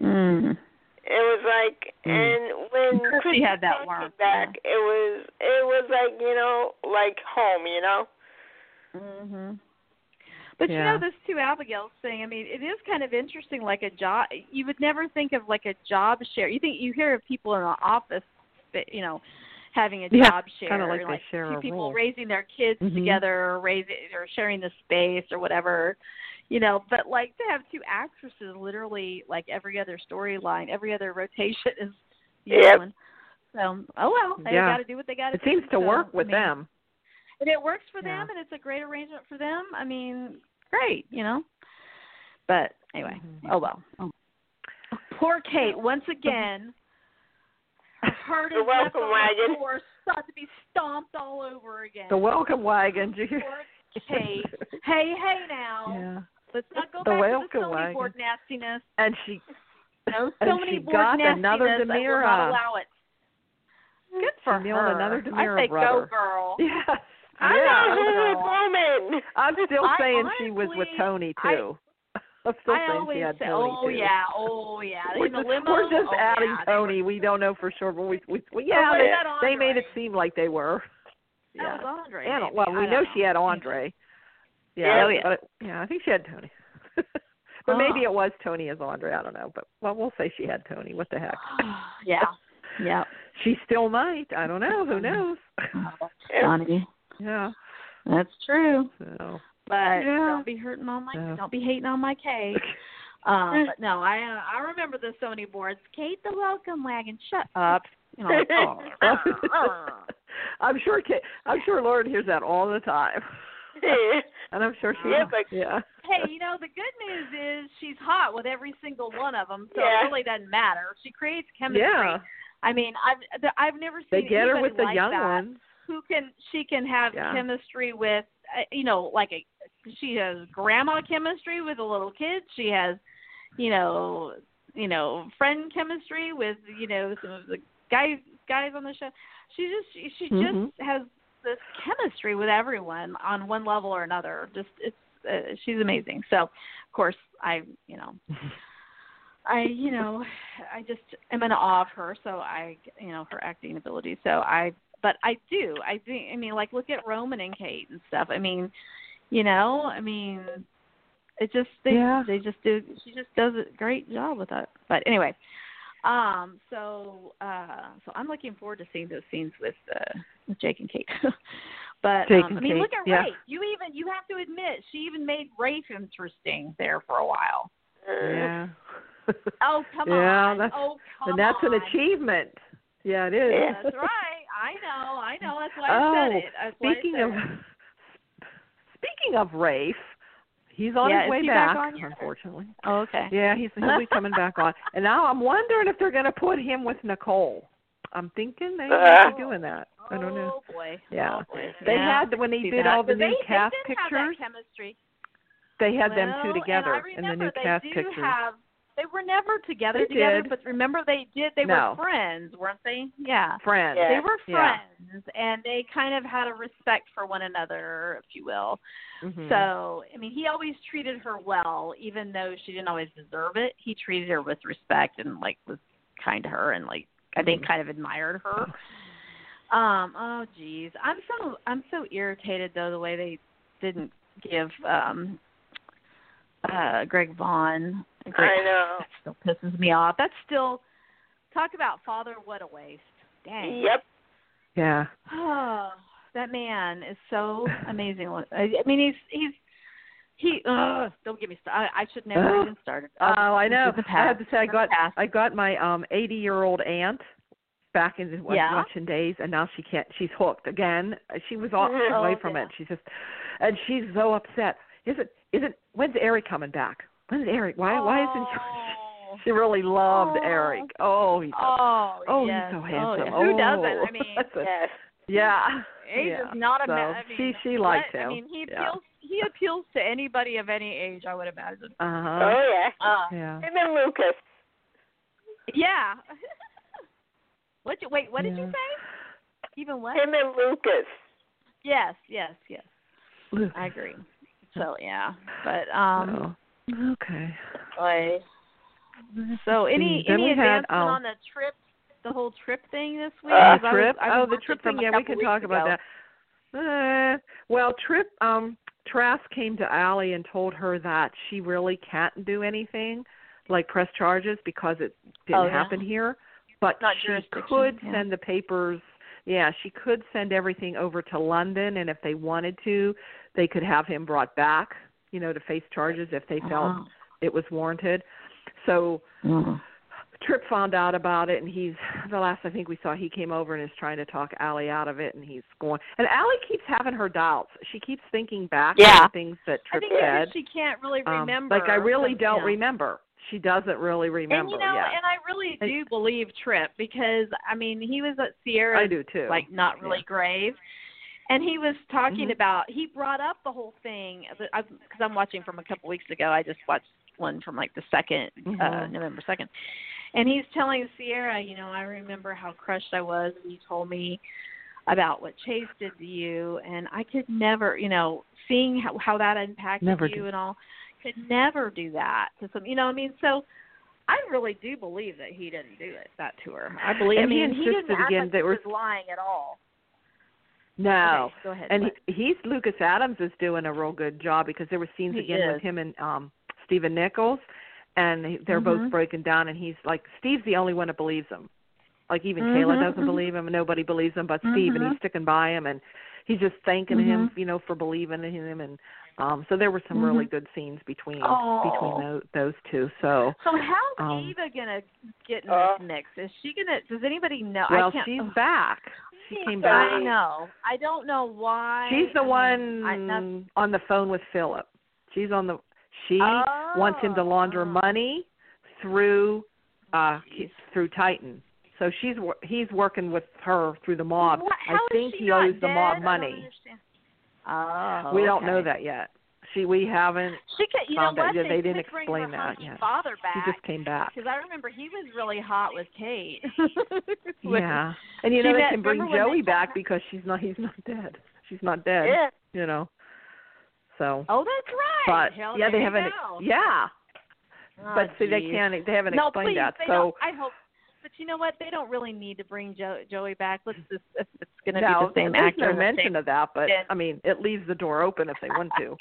Mm. It was like, Mm. and when Chrissy Christy had that Clark came warmth, back, it was it was like you know like home. You know. Mhm. But Yeah. you know this two Abigail's thing. I mean, it is kind of interesting. Like a job, you would never think of like a job share. You think you hear of people in an office, but, you know, having a Yeah, job share, kinda like they share two a people role. raising their kids Mhm. together, raising or sharing the space or whatever. You know, but like to have two actresses, literally like every other storyline, every other rotation is the Yep. other one. So, oh well, they Yeah. got to do what they got to. It seems to work with I mean, them. and it works for Yeah. them and it's a great arrangement for them i mean great you know but anyway Mhm. oh well poor kate once again her heart is The left welcome on wagon. the floor, sought to be stomped all over again The welcome wagon. Did you hear? poor kate hey um, hey now Yeah. let's not go The back to the welcome sony wagon. board nastiness And she no And sony she board got nastiness another I will Demira. not allow it good for She nailed her another Demira i say go brother. girl Yes. I yeah. know Hillary Bowman. I'm still I saying she was with honestly- Tony I- too. I'm still I saying always she had say, Tony oh too. yeah, oh yeah. We're In the just, limo, we're just oh, adding yeah. They were- Tony. We don't know for sure, but we, we, we Oh, yeah, but they, that they made it Andre. seem like they were. That yeah. was Andre. And, maybe. well, I we don't know she had Andre. Yeah, Oh, yeah. but yeah, I think she had Tony. but maybe Oh. it was Tony as Andre. I don't know, but well, we'll say she had Tony. What the heck? yeah, yeah. She still might. I don't know. Who knows? Oh. Johnny, yeah. that's true. So. But Yeah. don't be hurting on my, Yeah. don't be hating on my Kate. Um, but no, I uh, I remember the Sony boards. Kate the welcome wagon. Shut up. You know, like, oh, Uh, uh. I'm sure. Kate, I'm sure Lauren hears that all the time, and I'm sure she. Yeah, but- yeah. hey, you know the good news is she's hot with every single one of them, so Yeah. it really doesn't matter. She creates chemistry. yeah. I mean, I've th- I've never seen They get her anybody with the like young that ones. who can she can have Yeah. chemistry with uh, you know like a she has grandma chemistry with the little kids. She has you know you know friend chemistry with you know some of the guys guys on the show. She just she, she Mhm. just has this chemistry with everyone on one level or another. Just it's uh, she's amazing. So of course I you know I, you know, I just am in awe of her. So I, you know, her acting ability. So I, but I do, I do. I mean, like look at Roman and Kate and stuff. I mean, you know, I mean, it just they Yeah. they just do. She just does a great job with that. But anyway, um, so uh, so I'm looking forward to seeing those scenes with uh, with Jake and Kate. but Jake um, and I mean, Kate, look at yeah. Rafe. You even you have to admit she even made Rafe interesting there for a while. Yeah. Oh come Yeah, on! that's- oh come and that's on! an achievement. Yeah, it is. Yeah. That's right. I know. I know. That's why I Oh, said it. That's why I speaking said of it. speaking of Rafe, he's on Yeah, his is way he back, back on yet? unfortunately. Oh, okay. Yeah, he's he'll be coming back on. And now I'm wondering if they're going to put him with Nicole. I'm thinking they might Uh. be doing that. I don't know. Oh boy. Yeah. Oh, boy. They Yeah. had when they See did that. all the But they, new they cast did have that pictures. chemistry. They had them well, two and together I in the remember new they cast do pictures. Have, they were never together They together, did. but remember they did. They No. were friends, weren't they? Yeah. Friends. They Yeah. were Yeah. friends, and they kind of had a respect for one another, if you will. Mm-hmm. Mhm. So, I mean, he always treated her well, even though she didn't always deserve it. He treated her Mm-hmm. with respect and like was kind to her and like I think kind of admired her. Um, oh geez. I'm so I'm so irritated though the way they didn't give um uh Greg Vaughn a great I know. that still pisses me off. That's still talk about father what a waste. Dang. Yep. Yeah. Oh, that man is so amazing. I I mean, he's he's he. Ugh, don't get me started. I, I should never Ugh. even started. Oh, I Um, this know. is the I past. have to say, I This is the got past. I got my um eighty year old aunt back in the Yeah. watching days, and now she can't. She's hooked again. She was all Mhm. away Oh, from yeah. it. She's just, and she's so upset. Isn't isn't when's Eric coming back? When's Eric? Why why isn't Oh. she really loved Oh. Eric? Oh, he's Oh, oh, he's yes. so Oh, handsome. yeah. Who doesn't? I Oh, mean, that's a- Yes. yeah. age yeah. is not a so ma- I mean, she she what- liked him. I mean, he yeah. appeals he appeals to anybody of any age. I would imagine. Uh huh. Oh yeah. Uh, Yeah. Him and Lucas. yeah. what? You, wait, what did you Yeah. say? Even what? Him and Lucas. Yes, yes, yes. I agree. So yeah, but um. Oh, okay. Boy. So any Then any we had, advancement um, on the trip, the whole trip thing this week? Uh, 'Cause I was- trip. I was oh, the watching trip from thing. a Yeah, we couple can talk weeks about ago. that. Uh, well, Trip um Trask came to Allie and told her that she really can't do anything like press charges because it didn't Oh, yeah. happen here. But Not she jurisdiction, could yeah. send the papers. Yeah, she could send everything over to London, and if they wanted to, they could have him brought back. You know, to face charges if Uh-huh. they felt Oh. it was warranted. So Mm-hmm. Trip found out about it, and he's the last I think we saw. He came over and is trying to talk Allie out of it, and he's going. And Allie keeps having her doubts. She keeps thinking back Yeah. on things that I Trip think said. because she can't really Um, remember. like I really some- don't yeah. remember. She doesn't really remember. And you know, yeah, and I really I- do believe Trip because I mean he was at Sierra I do too. like not really Yeah. grave. And he was talking Mhm. about he brought up the whole thing because I'm watching from a couple weeks ago. I just watched one from like the 2nd uh, Mhm. November second, and he's telling Sierra, you know, I remember how crushed I was, and you told me about what Chase did to you, and I could never, you know, seeing how, how that impacted Never you do. and all, could never do that to some, you know, I mean, so. I really do believe that he didn't do it that to her. I believe. I And he mean, he didn't insisted act again like they he were- was lying at all. no. Okay, go ahead. And but- he, he's Lucas Adams is doing a real good job because there were scenes He again is. with him and um Stephen Nichols, and he- they're Mhm. both broken down, and he's like Steve's the only one that believes him. Like even Mhm, Kayla doesn't mhm. believe him, and nobody believes him but Steve, and Mhm. he's sticking by him, and he's just thanking Mm-hmm. him, you know, for believing in him, and um so there were some really Mhm. good scenes between Oh. between those, those two. So So how's Um, Eva gonna get in uh, this mix? Is she gonna? Does anybody know? I well, can't. she's ugh, back. She came back. I know. I don't know why. She's the I mean, one I, that's- on the phone with Philip. She's on the she wants him to launder Oh. money through uh Jeez. through Titan. So she's wor- he's working with her through the mob. What- I how is think she he not owes the dead? I mob don't money. understand. Oh, we don't know okay. that yet. She we haven't. She could. You know found out. what? Yeah, they didn't could bring explain her that hunky yet. Father back. She just came back. because I remember he was really hot with Kate. Yeah, and you She know they met- can bring remember when they Joey found back out- because she's not he's not dead. She's not dead. Yeah. You know. So, Oh, that's right. but Hell, yeah, there they you haven't. go. Yeah, Oh, but see they geez. can't. They haven't no, explained please, that. They So don't, I hope. But you know what? They don't really need to bring jo- Joey back. Let's just if it's going to no, be the same there's actor. no mention of that. But then- I mean, it leaves the door open if they want to.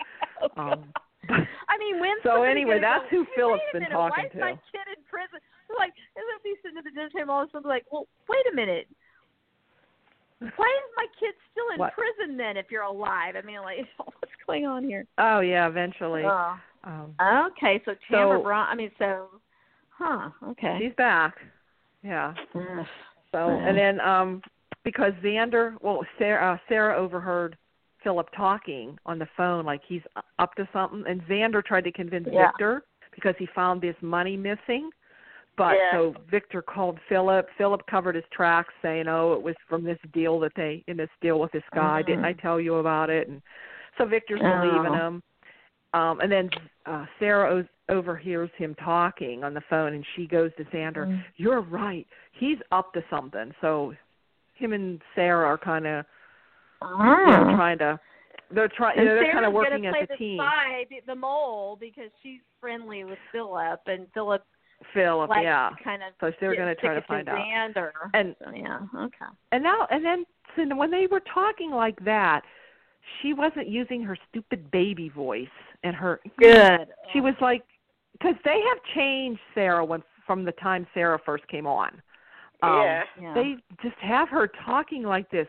Um, I mean, when So anyway, that's who Philip's been talking why Why is my to." kid in prison? They're like, and they'll be sitting at the dinner table, all of a sudden, like, well, wait a minute. Why is my kid still in What? prison then? If you're alive, I mean, like, what's going on here? oh yeah, eventually. Oh. Um, Okay, so Tamara So- Braun. I mean, so, huh? Okay. she's back. Yeah. Ugh. So and then um because Xander, well Sarah, uh, Sarah overheard Philip talking on the phone like he's up to something, and Xander tried to convince Yeah. Victor because he found this money missing. But Yeah. so Victor called Philip. Philip covered his tracks, saying, "Oh, it was from this deal that they in this deal with this guy. Didn't I tell you about it?" And so Victor's Mm-hmm. Oh. believing him. Um, and then uh, Sarah o- overhears him talking on the phone, and she goes to Xander, Mm-hmm. "You're right. He's up to something." So him and Sarah are kind of you know, trying to. They're trying. You Hmm. And know, they're kind Sarah's of working gonna as play a the team. Spy, the, the mole, because she's friendly with Philip, and Philip Philip, like yeah. kind of. So they're yeah, going to try to stick it find out. Xander. And So, yeah. Okay. and now and then Cindy, when they were talking like that, she wasn't using her stupid baby voice and her Good. she was like because they have changed sarah when from the time sarah first came on um, yeah. Yeah. they just have her talking like this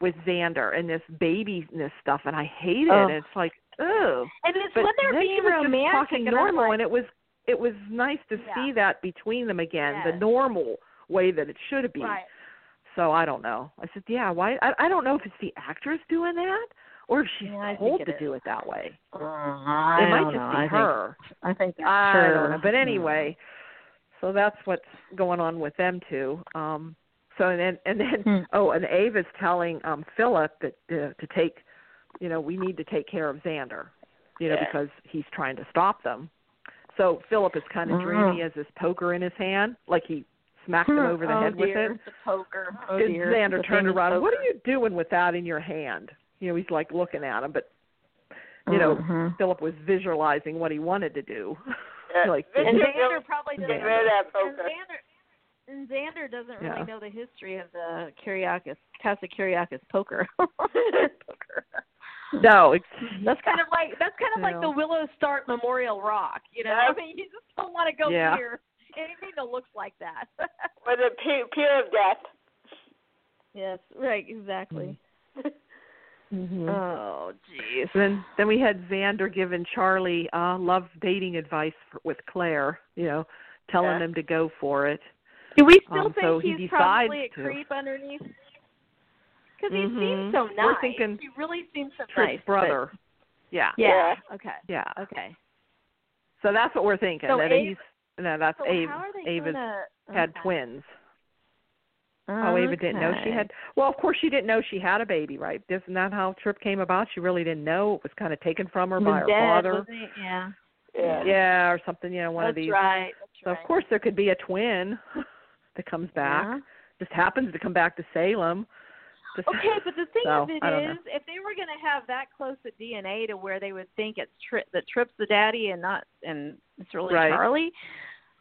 with xander and this babyness stuff and i hate it Ugh. it's like oh and it's but when they're then she being was romantic just talking and I'm normal like, and it was it was nice to Yeah. see that between them again the Yes. normal way that it should be right. so i don't know i said yeah why i, I don't know if it's the actress doing that or if she's Yeah, I think told it to is. do it that way Uh, I it might don't just know. be I her Think, I think. Hmm. they're I don't sure. Hmm. know. But anyway, so that's what's going on with them too. Um, so and then and then Hmm. oh, and Ava's telling um Philip that uh, to take, you know, we need to take care of Xander, you know, Yeah. because he's trying to stop them. So Philip is kind Mm-hmm. of dreamy. He has this poker in his hand, like he smacked him over the oh, head dear. with it. The poker. Oh, and dear. Xander The turned famous around. What poker. are you doing with that in your hand? You know, he's like looking at him, but you know, Mhm. Philip was visualizing what he wanted to do. Yeah. like This did Uh, And is he- really Xander probably doesn't. Get rid of that and poker. Xander, and Xander doesn't really Yeah. know the history of the Kyriakis, Casa Kyriakis poker. poker. No, it's, That's kind of like that's kind of like Yeah. the Willow Start Memorial Rock. You know, I mean, you just don't want to go Yeah. near anything that looks like that. Or the pier, pier of death. yes, right, exactly. hmm Oh, jeez. then then we had Xander giving Charlie uh love dating advice for, with Claire, you know, telling Yeah. him to go for it. Do we still Um, think so he he's decides probably a to. creep underneath? Because he Mhm. seems so We're nice. thinking he really seems so Tripp's nice. but- brother. Yeah. Yeah. Okay. Yeah. Okay. So that's what we're thinking. So that Ava- he's no, that's So Ava. how are they Ava's gonna, had okay. twins. Oh, Ava didn't know she Okay. had. Well, of course she didn't know she had a baby, right? Isn't that how Trip came about? She really didn't know. It was kind of taken from her His by her dad, father. wasn't it? Yeah. Yeah. Yeah, or something. You know, one that's of these. right. That's So right. of course there could be a twin that comes back. Yeah. Just happens to come back to Salem. Just- Okay, but the thing So, of it I don't know. is, if they were going to have that close a DNA to where they would think it's tri- that Trip's the daddy and not and it's really Right. Charlie,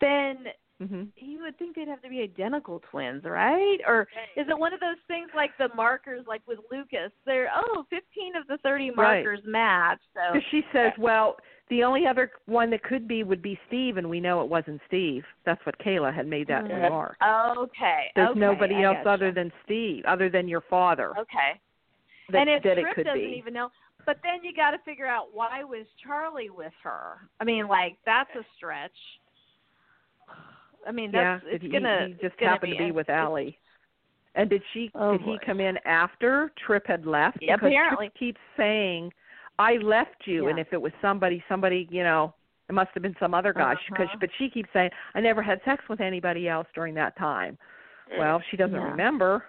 then Mhm. you would think they'd have to be identical twins, right? Or is it one of those things like the markers, like with Lucas? They're oh, fifteen of the thirty Right. markers match. So 'Cause she says, well, the only other one that could be would be Steve, and we know it wasn't Steve. That's what Kayla had made that Mhm. remark. okay, There's okay, nobody I else gotcha. other than Steve, other than your father, okay. that, and if that Trip it could doesn't be. even know, but then you got to figure out why was Charlie with her? I mean, like that's a stretch. I mean, yeah, that's that it's he, gonna he it's just gonna happened be to be a- with Allie. And did she Oh, did he boy. come in after Trip had left? Yeah, because apparently. Trip keeps saying, "I left you," and Yeah. if it was somebody, somebody, you know, it must have been some other guy. She- Cause, Uh-huh. but she keeps saying, "I never had sex with anybody else during that time." Well, she doesn't Yeah. remember,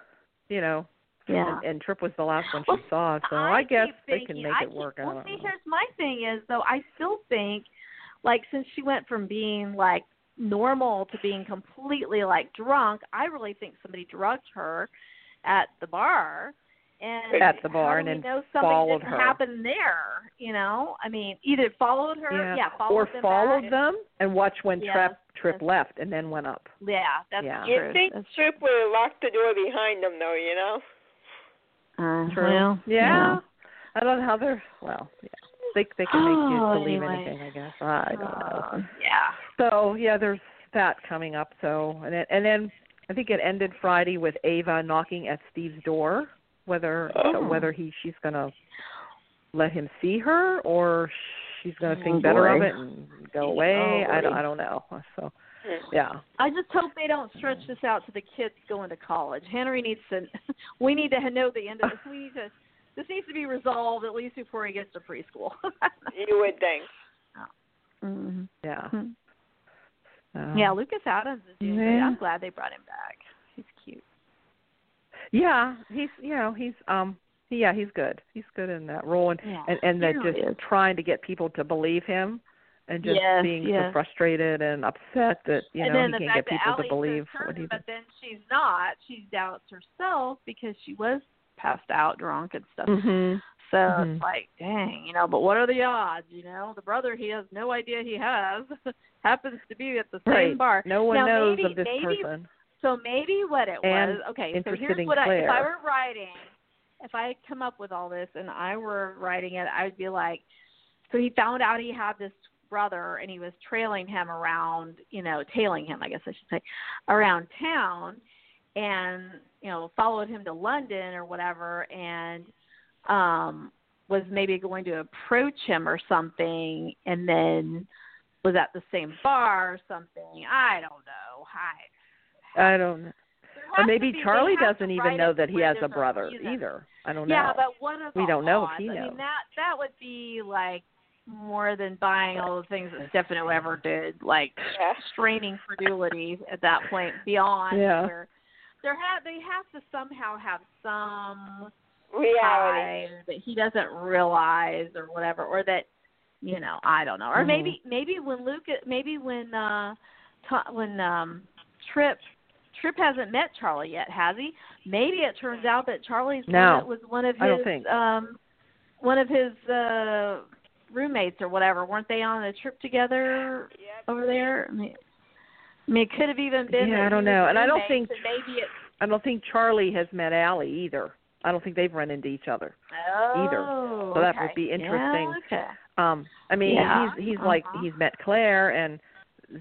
you know. Yeah. And, and Trip was the last one Well, she saw, so I, I, guess keep they thinking- can make I it keep- work. Well, I don't see, know. here's my thing is though, I still think, like, since she went from being like normal to being completely like drunk, I really think somebody drugged her at the bar. And At the bar how and do we then know something followed didn't her. happen there. You know, I mean, either followed her, yeah. followed or them followed back. them and watch when Yeah, Trip Trip that's- left and then went up. Yeah, that's Yeah. true. You'd think That's Trip would have locked the door behind them, though, you know? Uh, True. Well, yeah. I don't know how they're well. Yeah. They they can make you Oh, believe anyway. anything, I guess. I don't know. Uh, yeah. So yeah, there's that coming up. So and it, and then I think it ended Friday with Ava knocking at Steve's door, whether Oh. whether he she's gonna let him see her or she's gonna Oh, think better of boy. it and go away. I don't boy. I don't know. So yeah. I just hope they don't stretch this out to the kids going to college. Henry needs to. We need to know the end of this. We need to. This needs to be resolved at least before he gets to preschool. You would think. mm-hmm. Yeah. Hmm. So- Yeah, Lucas Adams is doing great. Yeah. I'm glad they brought him back. He's cute. Yeah, he's you know he's um yeah he's good. He's good in that role and Yeah, and, and he that really just is. trying to get people to believe him and just Yes, being so yes. frustrated and upset that you and know then he the can't fact get that people Allie to believe says what he Herman, did. but then she's not. She doubts herself because she was passed out drunk and stuff. Mhm. So Mhm. it's like, dang, you know, but what are the odds? You know, the brother he has no idea he has happens to be at the same Right. bar. No one Now, knows maybe- of this maybe- person. So maybe what it And was. Okay, so interested here's in what I, if I Claire. were writing, if I had come up with all this and I were writing it, I'd be like, so he found out he had this brother and he was trailing him around, you know, tailing him, I guess I should say, around town, and you know, followed him to London or whatever, and um was maybe going to approach him or something, and then was at the same bar or something. I don't know. I I don't know. there Or has to maybe be- they Charlie have to doesn't write even it know that he where has a there's brother reason. either. I don't know. Yeah, but one of We the don't know if odds. he I knows. mean that that would be like more than buying all the things that Stefano ever did, like Yeah. straining credulity at that point beyond Yeah. where there ha- they have to somehow have some Reality. tie that he doesn't realize or whatever or that you know, I don't know. Or Mhm. maybe maybe when Luke maybe when uh Ta- when um Trip Trip hasn't met Charlie yet, has he? Maybe it turns out that Charlie's No. one, was one of I don't his think. um one of his uh roommates or whatever. Weren't they on a trip together Yep. over there? I mean, I mean, it could have even been. Yeah, that I he don't was know. And I don't roommates think- and maybe it. I don't think Charlie has met Allie either. I don't think they've run into each other. either. Oh, So that would okay. be Yeah, interesting. okay. Um, I mean, Yeah. he's he's like Uh-huh. he's met Claire, and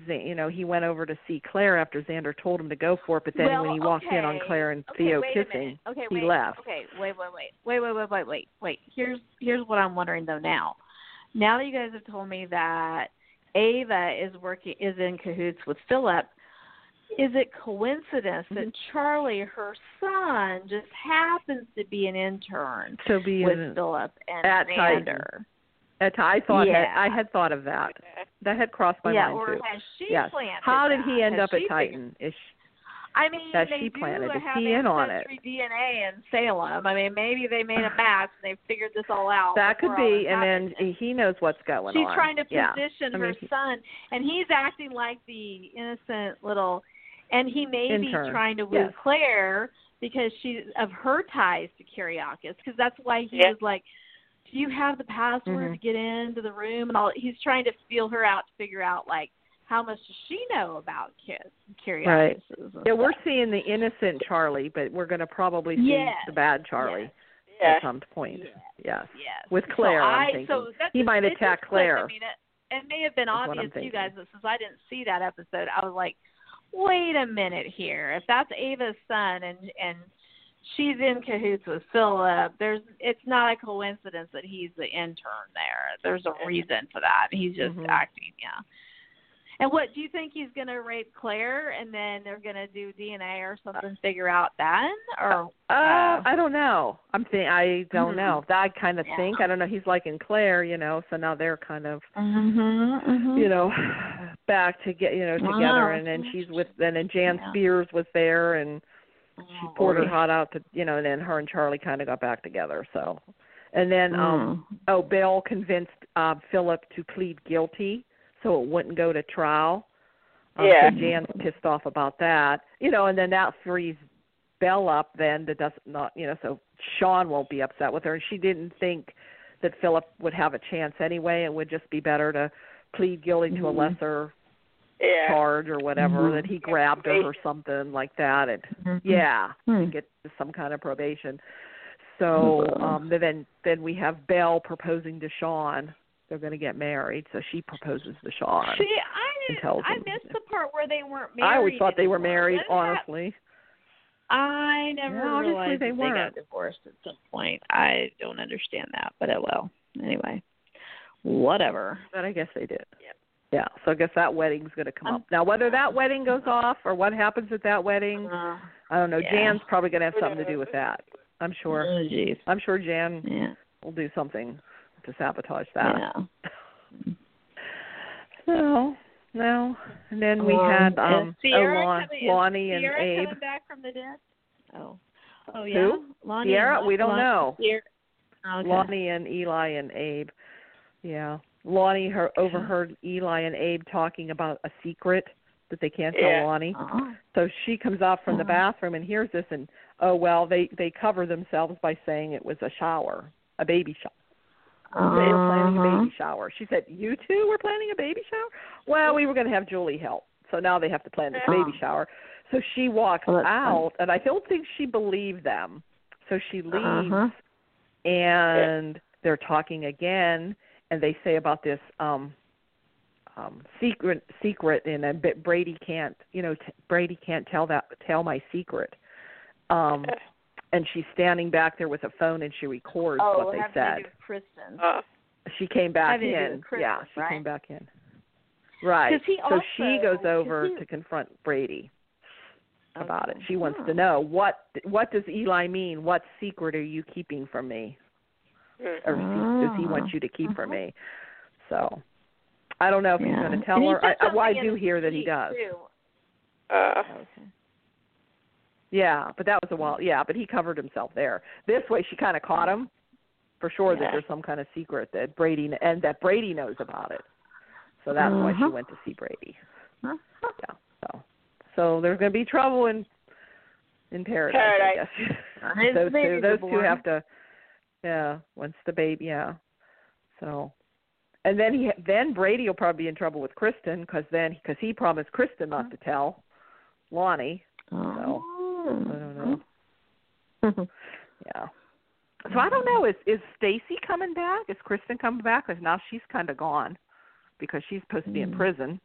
Z- you know he went over to see Claire after Xander told him to go for it. But then Well, when he walked in on okay. Claire and Okay, Theo wait a kissing, minute. okay, he wait, left. Okay, wait, wait, wait, wait, wait, wait, wait, wait, wait. Here's here's what I'm wondering though now. Now that you guys have told me that Ava is working is in cahoots with Philip, is it coincidence that Mm-hmm. Charlie, her son, just happens to be an intern to be with Philip and at Titan. Xander? at, I thought Yeah. I had thought of that. That had crossed my yeah, mind or too. has she Yes. planted How did that? he end Has up at she figured- Titan? Is she, I mean, that they she planted. do Is have she in on ancestry DNA in Salem. I mean, maybe they made a match and they figured this all out. that could before all be, this and happened. then he knows what's going she's on. trying to yeah. position I mean, her he- son, and he's acting like the innocent little, and he may Intern. be trying to woo Yes. Claire because she of her ties to Kyriakis, because that's why he Yeah. was like. Do you have the password Mhm. to get into the room? And all he's trying to feel her out to figure out like how much does she know about kids, Right. Kyriakis. and Yeah, we're stuff. seeing the innocent Charlie, but we're going to probably see Yes. the bad Charlie Yeah. at some point. Yes. Yes. Yes. With Claire, So I'm I, thinking. so that's He just- might it attack just clicked. Claire. I mean, it, it may have been Is what I'm obvious to you thinking. guys, but since I didn't see that episode, I was like, wait a minute here. If that's Ava's son and and she's in cahoots with Philip, there's it's not a coincidence that he's the intern there. There's Mm-hmm. a reason for that. He's just Mhm. acting, yeah. And what do you think he's gonna rape Claire, and then they're gonna do DNA or something, figure out then, or Uh, Uh, I don't know. I'm think I don't Mhm. know. That kind of Yeah. think. I don't know. He's like in Claire, you know. So now they're kind of, mm-hmm, you know, back to get, you know, Wow. together. And then she's with, and then Jan Yeah. Spears was there, and she Oh, poured her boy. hot out to, you know. And then her and Charlie kind of got back together. So, and then um, Mm. oh, Bell convinced uh, Philip to plead guilty so it wouldn't go to trial. Um, Yeah. So Jan's pissed off about that. You know, and then that frees Bell up then that doesn't not you know, so Sean won't be upset with her and she didn't think that Philip would have a chance anyway. It would just be better to plead guilty to a Mhm. lesser Mm. Yeah. charge or whatever Mhm. that he grabbed her or something like that. And yeah Hmm. get to some kind of probation. So Mhm. um then then we have Belle proposing to Sean. They're going to get married, so she proposes to Sean. See, I and didn't, tells I him. missed the part where they weren't married. I always thought they were anymore. married, Isn't that- honestly. I never Yeah, obviously realized they that they got weren't. divorced at some point. I don't understand that, but oh well. Anyway, whatever. But I guess they did. Yep. Yeah, so I guess that wedding's going to come Um, up. Now, whether that wedding goes off or what happens at that wedding, Uh, I don't know. yeah. Jan's probably going to have something to do with that. I'm sure. Oh, jeez. I'm sure Jan Yeah. will do something to sabotage that. Yeah. No, no. And then we Um, had is um Sierra oh, Lon- coming- is Lonnie and Sierra Abe. coming back from the dead? Oh. Oh yeah. Who? Lonnie Sierra, and- we don't Lon- know. Sierra. Okay. Lonnie and Eli and Abe. Yeah. Lonnie her overheard Eli and Abe talking about a secret that they can't Yeah. tell Lonnie. Uh-huh. Oh. So she comes out from the Oh. bathroom and hears this, and oh well, they they cover themselves by saying it was a shower, a baby shower. They were planning a Uh-huh. baby shower. She said, "You two were planning a baby shower." Well, we were going to have Julie help, so now they have to plan this Oh. baby shower. So she walks Uh-huh. Well, that's funny. out, and I don't think she believed them. So she leaves, Uh-huh. and they're talking again, and they say about this um um secret secret, and then but Brady can't, you know, t- Brady can't tell that tell my secret. Um, and she's standing back there with a phone, and she records Oh, what they having said to do with Kristen. Uh, she came back Having to do with in. Christmas, yeah, she right? came back in. Right. 'Cause he so she also- goes 'cause over he- to confront Brady about it. Okay. She wants Oh, Huh. to know what what does Eli mean? What secret are you keeping from me? Hmm. mm. Or se- does he Ah. want you to keep from Uh-huh. me? So I don't know if he's Yeah. going to tell And he her. said I, I, well, I something in do his hear that he speech, does. too. uh, Okay. Yeah, but that was a while. Yeah, but he covered himself there. This way, she kind of caught him for sure that Yeah. there's some kind of secret that Brady kn- and that Brady knows about it. So that's why she Uh-huh. went to see Brady. Uh-huh. Yeah. So, so there's going to be trouble in in paradise. Paradise. I guess. His those two, babies are those two born. have to. Yeah. Once the baby, yeah. So, and then he then Brady will probably be in trouble with Kristen because then because he promised Kristen not to tell Lonnie. Oh. I don't know. Yeah. So I don't know. Is is Stacy coming back? Is Kristen coming back? Because now she's kind of gone, because she's supposed to be in Mm. prison.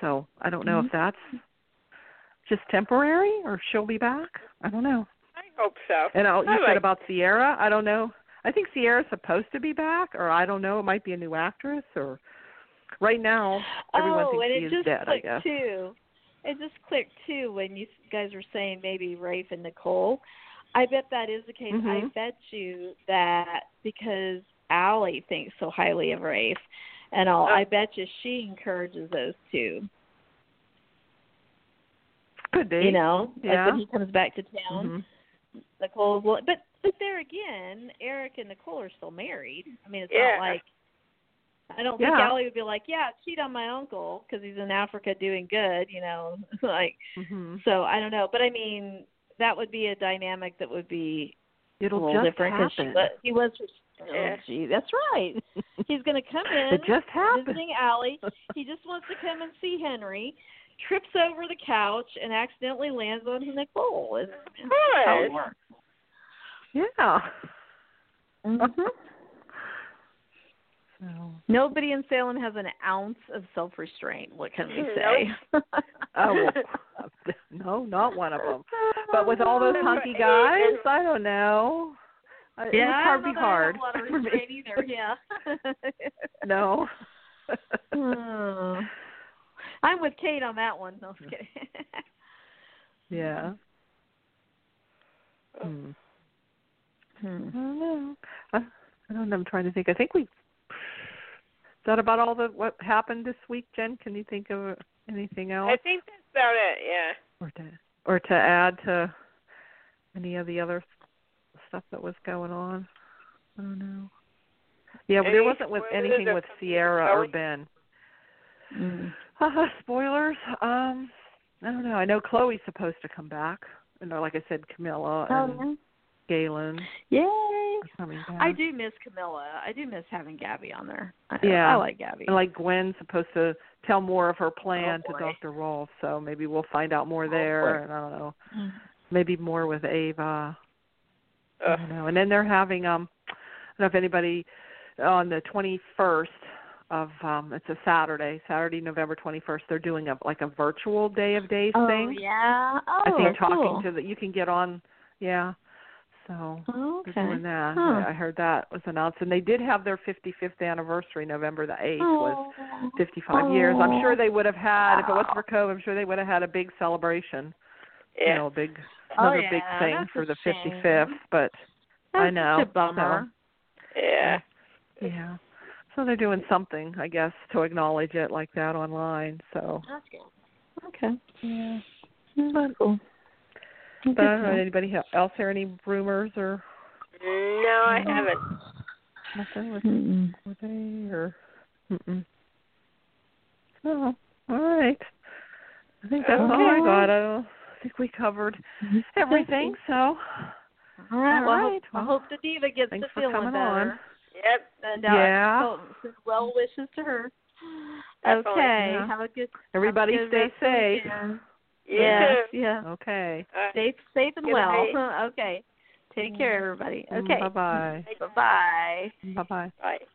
So I don't know if Mm-hmm. that's just temporary or if she'll be back. I don't know. I hope so. And i you All said right. about Sierra. I don't know. I think Sierra's supposed to be back, or I don't know. It might be a new actress, or right now everyone oh, thinks and she it is just dead. I clicked guess. too. It just clicked too when you guys were saying maybe Rafe and Nicole. I bet that is the case. I Mhm. bet you that because Allie thinks so highly of Rafe and all, Uh, I bet you she encourages those two. Could be. You know, like Yeah. when he comes back to town, Mhm. Nicole's lo- but but there again, Eric and Nicole are still married. I mean, it's Yeah. not like I don't think Yeah. Allie would be like, yeah, cheat on my uncle because he's in Africa doing good. You know, like Mhm. so I don't know, but I mean that would be a dynamic that would be It'll a little just different because happen. he was. Oh, Yeah. gee, that's right. He's going to come in it just happened. visiting Allie. He just wants to come and see Henry. Trips over the couch and accidentally lands on Nicole. Is how Good. it works. Yeah. Mm-hmm. Nobody in Salem has an ounce of self restraint. What can we say? Oh well, no, not one of them. But with all those hunky guys, I don't know. I- it would yeah, probably be hard. I don't know that I have a lot of restraint either. Yeah. no. Hmm. I'm with Kate on that one. No, I'm just kidding. yeah. Oh. Hmm. Hmm. I don't know. I, I don't know. I'm trying to think. I think we. Is that about all the what happened this week, Jen? Can you think of anything else, I think that's about it. Yeah. or to or to add to any of the other stuff that was going on? I don't know. Yeah, but there Any wasn't with spoilers anything or with something Sierra or going? Ben. Hmm. Uh, spoilers. Um, I don't know. I know Chloe's supposed to come back, and uh, like I said, Camilla Oh, and Galen Yay. are coming back. I do miss Camilla. I do miss having Gabby on there. I, Yeah. I like Gabby. And like Gwen's supposed to tell more of her plan Oh, to boy. Dr. Rolf, so maybe we'll find out more Oh, there, boy. and I don't know, Mhm. maybe more with Ava. I Ugh. don't know. And then they're having um, I don't know if anybody on the 21st of um, it's a Saturday, Saturday, November 21st. They're doing a like a virtual Day of Days Oh thing. yeah. Oh, I think talking cool. to the you can get on yeah. So Okay. they're doing that. Huh. I heard that was announced. And they did have their fifty fifth anniversary, November the eighth was Oh. fifty five years. I'm sure they would have had if it wasn't Wow. for COVID, I'm sure they would have had a big celebration. Yeah. You know, a big Oh, another yeah, big thing that's for a the shame. fifty fifth, but I That's know, Such a bummer. yeah. yeah. So they're doing something, I guess, to acknowledge it like that online. So That's good. Okay. yeah. That's cool. But I don't know, anybody he- else hear any rumors or No, I haven't. nothing with Mm-mm. Were they or? Mm-mm. Oh, all right. I think that's all I got. I don't think we covered everything. So, All right. Well, I hope the diva gets thanks to for feeling coming better. Yep. And, Yeah. so- so well wishes to her. Definitely. Okay. Yeah. Have a good. everybody, have a good stay rest of the safe. weekend. You Yeah. too. Yeah. Okay. All right. Safe, safe and Good Mm, well. okay. Take care, everybody. Okay. Bye bye. Bye bye. Bye bye. Bye.